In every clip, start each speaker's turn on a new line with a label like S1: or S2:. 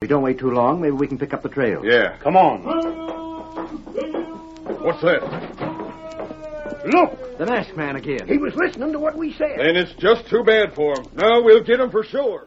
S1: we don't wait too long, maybe we can pick up the trail.
S2: Yeah.
S3: Come on.
S2: What's that?
S3: Look,
S1: The masked man again.
S3: he was listening to what we said.
S2: Then it's just too bad for him. Now we'll get him for sure.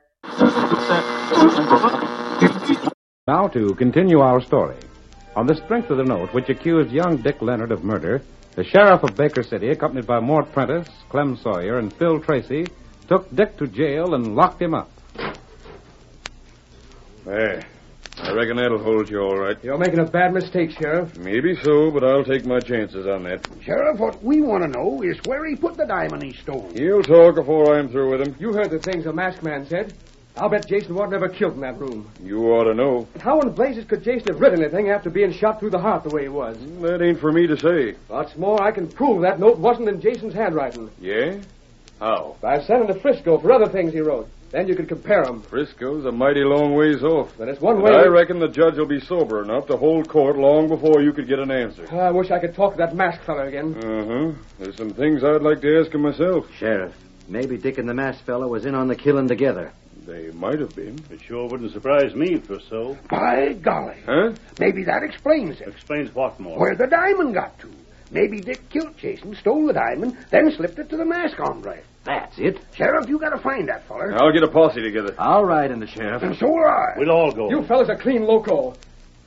S4: Now to continue our story. On the strength of the note which accused young Dick Leonard of murder, the sheriff of Baker City, accompanied by Mort Prentice, Clem Sawyer, and Phil Tracy, took Dick to jail and locked him up.
S2: There. I reckon that'll hold you all right.
S3: You're making a bad mistake, Sheriff.
S2: Maybe so, but I'll take my chances on that.
S3: Sheriff, what we want to know is where he put the diamond he stole.
S2: He'll talk before I'm through with him.
S5: You heard the things the masked man said. I'll bet Jason Ward never killed in that room.
S2: You ought to know.
S5: How in blazes could Jason have written anything after being shot through the heart the way he was?
S2: That ain't for me to say.
S5: What's more, I can prove that note wasn't in Jason's handwriting.
S2: Yeah? How?
S5: I've sent him to Frisco for other things he wrote. Then you could compare 'em.
S2: Frisco's a mighty long ways off.
S5: But it's one
S2: And
S5: way.
S2: I reckon the judge will be sober enough to hold court long before you could get an answer.
S5: I wish I could talk to that masked fellow again.
S2: Uh huh. There's some things I'd like to ask him myself.
S1: Sheriff, maybe Dick and the masked fellow was in on the killing together.
S2: They might have been.
S6: It sure wouldn't surprise me if it was so.
S3: By golly.
S2: Huh?
S3: Maybe that explains it.
S6: Explains what more.
S3: Where the diamond got to. Maybe Dick killed Jason, stole the diamond, then slipped it to the mask hombre.
S1: That's it.
S3: Sheriff, you gotta find that feller.
S2: I'll get a posse together.
S1: I'll ride in the sheriff.
S3: And so will I.
S6: We'll all go.
S5: You fellas are clean loco.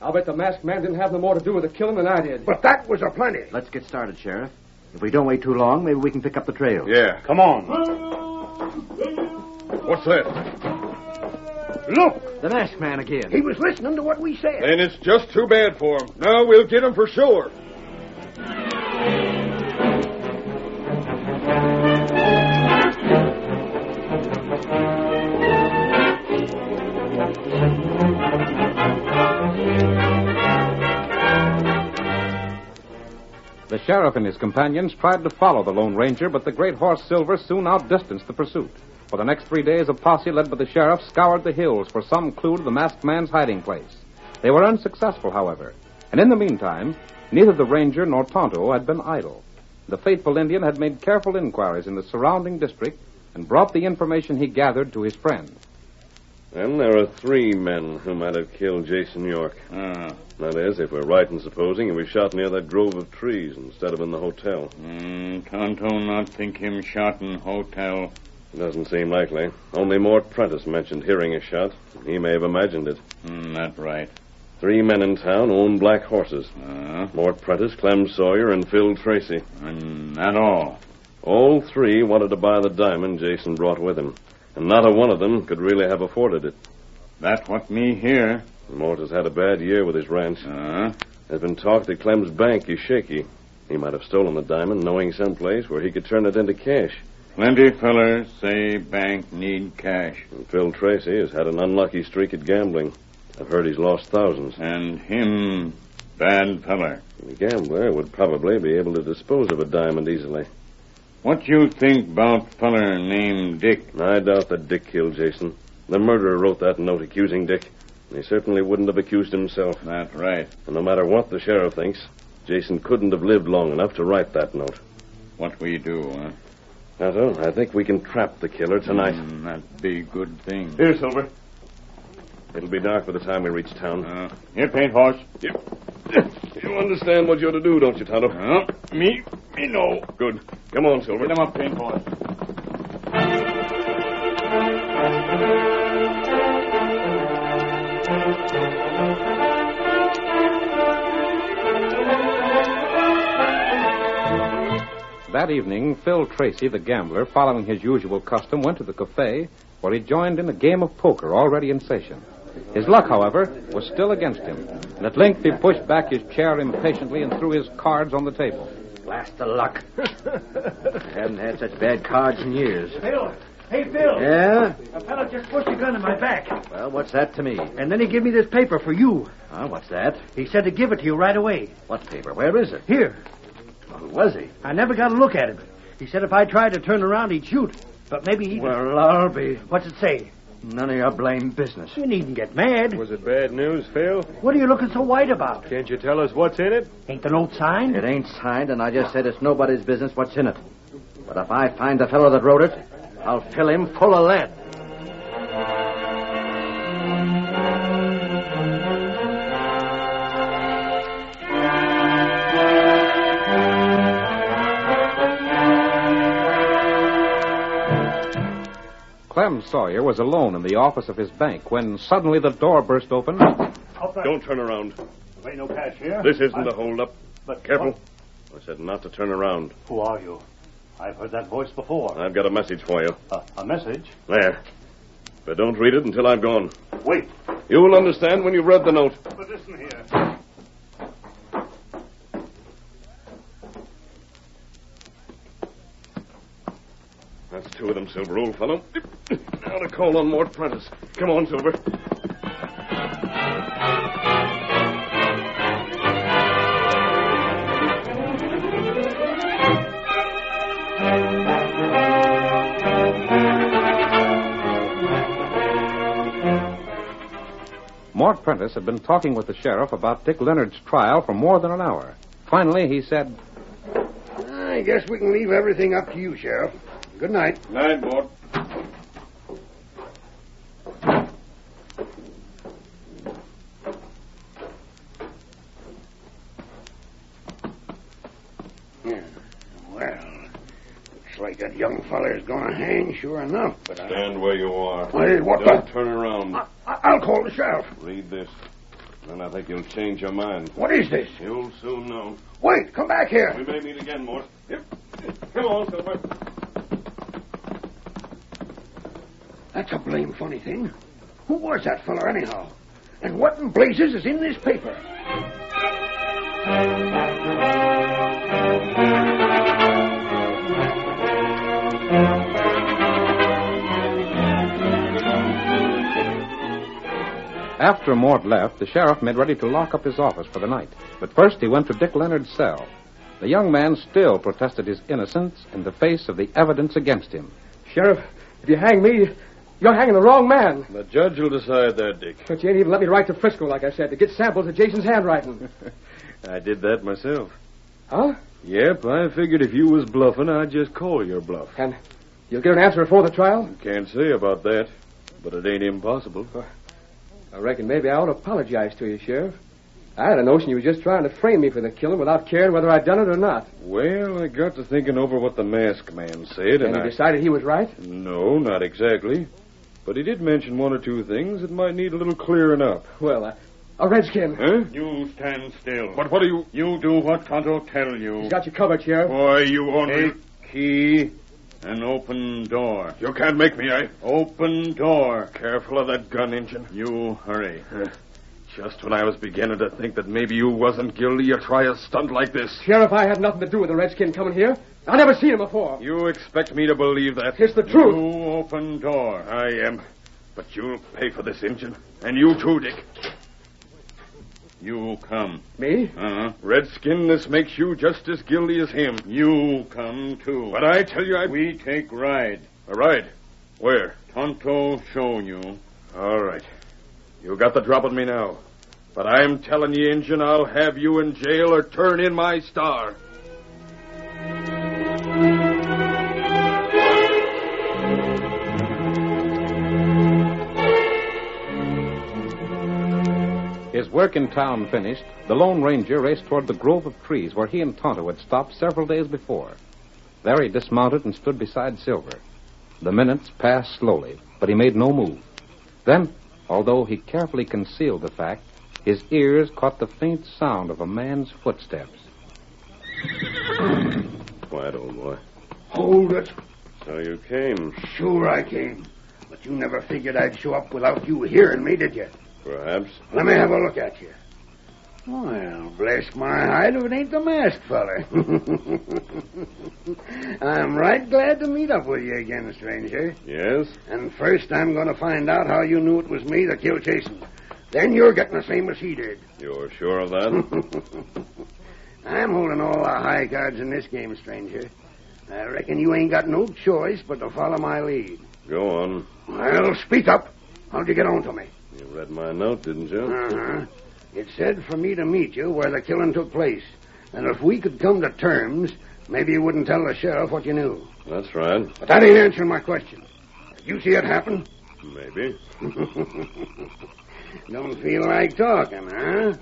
S5: I'll bet the masked man didn't have no more to do with the killing than I did.
S3: But that was a plenty.
S1: Let's get started, Sheriff. If we don't wait too long, maybe we can pick up the trail.
S2: Yeah.
S6: Come on.
S2: What's that?
S3: Look,
S1: The masked man again.
S3: he was listening to what we said.
S2: Then it's just too bad for him. Now we'll get him for sure.
S4: The sheriff and his companions tried to follow the Lone Ranger, but the great horse Silver soon outdistanced the pursuit. For the next three days, a posse led by the sheriff scoured the hills for some clue to the masked man's hiding place. They were unsuccessful, however, and in the meantime, neither the ranger nor Tonto had been idle. The faithful Indian had made careful inquiries in the surrounding district and brought the information he gathered to his friend.
S7: Then there are three men who might have killed Jason York.
S2: Ah.
S7: That is, if we're right in supposing he was shot near that grove of trees instead of in the hotel.
S2: Mm, Tonto not think him shot in hotel.
S7: Doesn't seem likely. Only Mort Prentice mentioned hearing a shot. He may have imagined it.
S2: Mm, not right.
S7: Three men in town own black horses.
S2: Uh,
S7: Mort Prentice, Clem Sawyer, and Phil Tracy.
S2: not all.
S7: All three wanted to buy the diamond Jason brought with him, and not a one of them could really have afforded it.
S2: That what me here.
S7: Mort has had a bad year with his ranch.
S2: Uh,
S7: There's been talk that Clem's bank is shaky. He might have stolen the diamond, knowing someplace where he could turn it into cash.
S2: Plenty fellers say bank need cash.
S7: And Phil Tracy has had an unlucky streak at gambling. I've heard he's lost thousands.
S2: And him, bad feller.
S7: The gambler would probably be able to dispose of a diamond easily.
S2: What you think about feller named Dick?
S7: I doubt that Dick killed Jason. The murderer wrote that note accusing Dick. He certainly wouldn't have accused himself.
S2: That's right.
S7: And no matter what the sheriff thinks, Jason couldn't have lived long enough to write that note.
S2: What we do, huh?
S7: Tonto, I think we can trap the killer tonight.
S2: Mm, that'd be a good thing.
S7: Here, Silver. It'll be dark by the time we reach town.
S2: Uh, here, paint horse.
S7: you, you understand what you're to do, don't you, Tonto?
S2: Uh, me, me know.
S7: Good. Come on, Silver.
S2: Get him up, paint horse.
S8: That evening, Phil Tracy, the gambler, following his usual custom, went to the cafe where he joined in a game of poker already in session. His luck, however, was still against him, and at length he pushed back his chair impatiently and threw his cards on the table.
S1: Blast the luck. I haven't had such bad cards in years.
S9: Phil! Hey, Phil!
S1: Yeah?
S9: A fellow just pushed a gun in my back.
S1: Well, what's that to me?
S9: And then he gave me this paper for you.
S1: Huh? What's that?
S9: He said to give it to you right away.
S1: What paper? Where is it?
S9: Here.
S1: Well, who was he?
S9: I never got a look at him. He said if I tried to turn around, he'd shoot. But maybe he...
S1: Well, I'll be.
S9: What's it say?
S1: None of your blame business.
S9: You needn't get mad.
S10: Was it bad news, Phil?
S9: What are you looking so white about?
S10: Can't you tell us what's in it?
S9: Ain't the note signed?
S1: It ain't signed, and I just said it's nobody's business what's in it. But if I find the fellow that wrote it, I'll fill him full of lead.
S8: Clem Sawyer was alone in the office of his bank when suddenly the door burst open.
S7: Don't turn around.
S3: Ain't no cash here.
S7: This isn't a holdup.
S3: But
S7: Careful. I said not to turn around.
S3: Who are you? I've heard that voice before.
S7: I've got a message for you.
S3: A, a message?
S7: There. But don't read it until I've gone.
S3: Wait.
S7: You'll understand when you've read the note.
S3: But listen here.
S7: That's two of them, Silver, old fellow. Now to call on Mort Prentice. Come on, Silver.
S8: Mort Prentice had been talking with the sheriff about Dick Leonard's trial for more than an hour. Finally, he said,
S4: I guess we can leave everything up to you, Sheriff. Good night.
S10: Night, Mort.
S4: Yeah. Well, looks like that young feller's gonna hang sure enough, but I...
S7: Stand where you are.
S4: Wait, what
S7: Don't
S4: the-
S7: turn around.
S4: I, I- I'll call the sheriff.
S7: Read this. Then I think you'll change your mind.
S4: What is this?
S7: You'll soon know.
S4: Wait, come back here.
S7: We may meet again, Mort. Come on, Silver.
S4: That's a blame funny thing. Who was that feller, anyhow? And what in blazes is in this paper?
S8: After Mort left, the sheriff made ready to lock up his office for the night. But first he went to Dick Leonard's cell. The young man still protested his innocence in the face of the evidence against him.
S5: Sheriff, if you hang me, you're hanging the wrong man.
S7: The judge will decide that, Dick.
S5: But you ain't even let me write to Frisco, like I said, to get samples of Jason's handwriting.
S7: I did that myself.
S5: huh?
S7: Yep, I figured if you was bluffing, I'd just call your bluff.
S5: And you'll get an answer before the trial?
S7: Can't say about that, but it ain't impossible.
S5: I reckon maybe I ought to apologize to you, Sheriff. I had a notion you were just trying to frame me for the killing without caring whether I'd done it or not.
S7: Well, I got to thinking over what the masked man said, and,
S5: And you
S7: I...
S5: decided he was right?
S7: No, not exactly. But he did mention one or two things that might need a little clearing up.
S5: Well, uh, a redskin.
S7: Huh?
S2: You stand still.
S7: But what are you...
S2: You do what Tonto tell you.
S5: He's got you covered, Sheriff.
S2: Boy, you only...
S7: Take key.
S2: An open door.
S7: You can't
S2: eh?
S7: make me, I...
S2: Open door.
S7: Careful of that gun engine.
S2: You hurry. Just when I was beginning to think that maybe you wasn't guilty, you try a stunt like this.
S5: Sheriff, I had nothing to do with the redskin coming here. I never seen him before.
S2: You expect me to believe that?
S5: It's the truth.
S2: You open door. I am. But you'll pay for this engine. And you too, Dick. You come.
S5: Me?
S2: Uh-huh. Redskin, this makes you just as guilty as him. You come too. But I tell you, I... We take ride. A ride? Where? Tonto show you. All right. You got the drop on me now. But I'm telling you, Injun, I'll have you in jail or turn in my star.
S8: His work in town finished, the Lone Ranger raced toward the grove of trees where he and Tonto had stopped several days before. There he dismounted and stood beside Silver. The minutes passed slowly, but he made no move. Then, although he carefully concealed the fact, his ears caught the faint sound of a man's footsteps.
S7: Quiet, old boy.
S4: Hold it.
S7: So you came.
S4: Sure I came. But you never figured I'd show up without you hearing me, did you?
S7: Perhaps.
S4: Let me have a look at you. Well, bless my hide if it ain't the masked feller. I'm right glad to meet up with you again, stranger.
S7: Yes?
S4: And first, I'm going to find out how you knew it was me that killed Jason. Then you're getting the same as he did.
S7: You're sure of that?
S4: I'm holding all the high cards in this game, stranger. I reckon you ain't got no choice but to follow my lead.
S7: Go on.
S4: Well, speak up. How'd you get on to me?
S7: You read my note, didn't you?
S4: Uh-huh. It said for me to meet you where the killing took place. And if we could come to terms, maybe you wouldn't tell the sheriff what you knew.
S7: That's right.
S4: But that ain't answering my question. Did you see it happen?
S7: Maybe.
S4: Don't feel like talking, huh?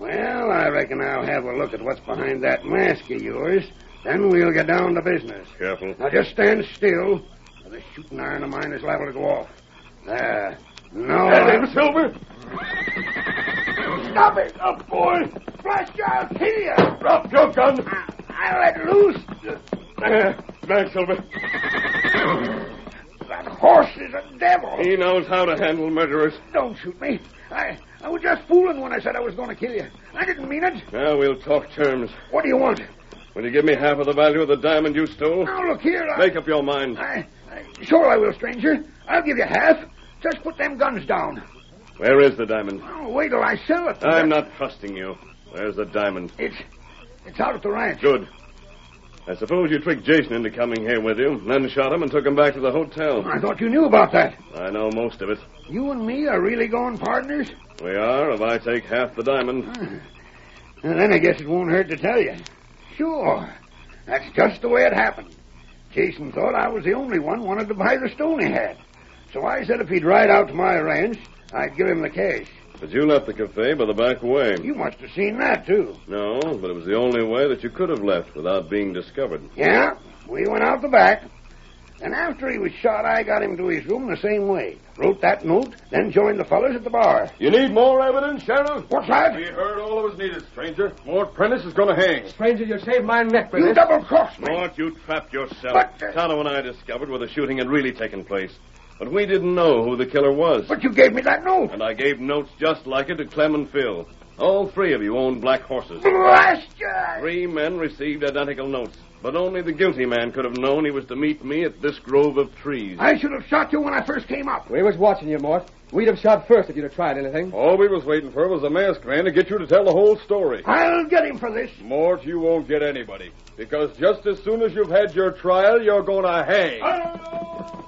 S4: Well, I reckon I'll have a look at what's behind that mask of yours. Then we'll get down to business.
S7: Careful.
S4: Now just stand still. or The shooting iron of mine is liable to go off. There. No.
S2: That him, Silver?
S4: Stop it! Up, boy! Flash, I'll kill you!
S2: Drop your gun!
S4: I let loose.
S2: There, there, Silver.
S4: That horse is a devil.
S2: He knows how to handle murderers.
S4: Don't shoot me. I, I was just fooling when I said I was going to kill you. I didn't mean it.
S7: Now we'll talk terms.
S4: What do you want?
S7: Will you give me half of the value of the diamond you stole?
S4: Now, look here. I,
S7: Make up your mind.
S4: I, I, sure I will, stranger. I'll give you half. Just put them guns down.
S7: Where is the diamond?
S4: Oh, wait till I sell it.
S7: I'm not trusting you. Where's the diamond?
S4: It's, it's out at the ranch.
S7: Good. I suppose you tricked Jason into coming here with you, then shot him and took him back to the hotel.
S4: I thought you knew about that.
S7: I know most of it.
S4: You and me are really going partners?
S7: We are if I take half the diamond.
S4: And then I guess it won't hurt to tell you. Sure. That's just the way it happened. Jason thought I was the only one wanted to buy the stone he had. So I said if he'd ride out to my ranch, I'd give him the cash.
S7: But you left the cafe by the back way.
S4: You must have seen that, too.
S7: No, but it was the only way that you could have left without being discovered.
S4: Yeah, we went out the back. And after he was shot, I got him to his room the same way. Wrote that note, then joined the fellas at the bar.
S2: You need more evidence, Sheriff?
S4: What's that?
S2: We heard all of us needed, stranger. Mort Prentice is going to hang.
S5: Stranger, you saved my neck with
S4: You
S5: this.
S4: double crossed me.
S7: Mort, you trapped yourself.
S4: But, uh,
S7: Tonto and I discovered where the shooting had really taken place. But we didn't know who the killer was.
S4: But you gave me that note.
S7: And I gave notes just like it to Clem and Phil. All three of you owned black horses.
S4: Blast you!
S7: Three men received identical notes, but only the guilty man could have known he was to meet me at this grove of trees.
S4: I should have shot you when I first came up.
S5: We was watching you, Mort. We'd have shot first if you'd have tried anything.
S2: All we was waiting for was the masked man to get you to tell the whole story.
S4: I'll get him for this.
S2: Mort, you won't get anybody. Because just as soon as you've had your trial, you're going to hang.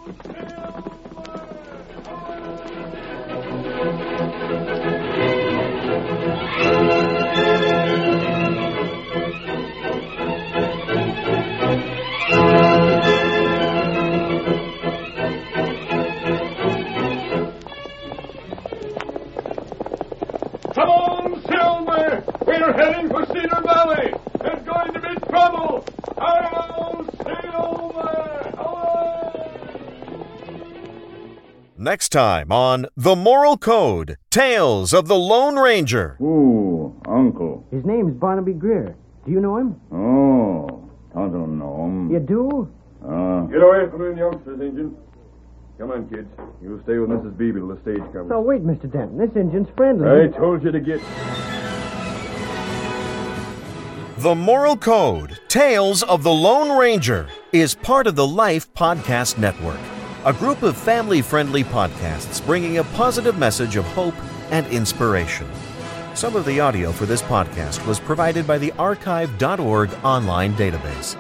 S2: Come on, Silver! We're heading for Cedar Valley! There's going to be trouble! Hello, Silver!
S11: Next time on The Moral Code Tales of the Lone Ranger.
S2: Ooh, Uncle.
S9: His name's Barnaby Greer. Do you know him?
S2: Oh, I don't know him.
S9: You do?
S2: Get away from them youngsters, Injun. Come on, kids. You stay with Mrs. Beebe till the stage comes.
S12: Now, wait, Mr. Denton. This engine's friendly.
S2: I told you to get.
S11: The Moral Code Tales of the Lone Ranger is part of the Life Podcast Network, a group of family friendly podcasts bringing a positive message of hope and inspiration. Some of the audio for this podcast was provided by the archive.org online database.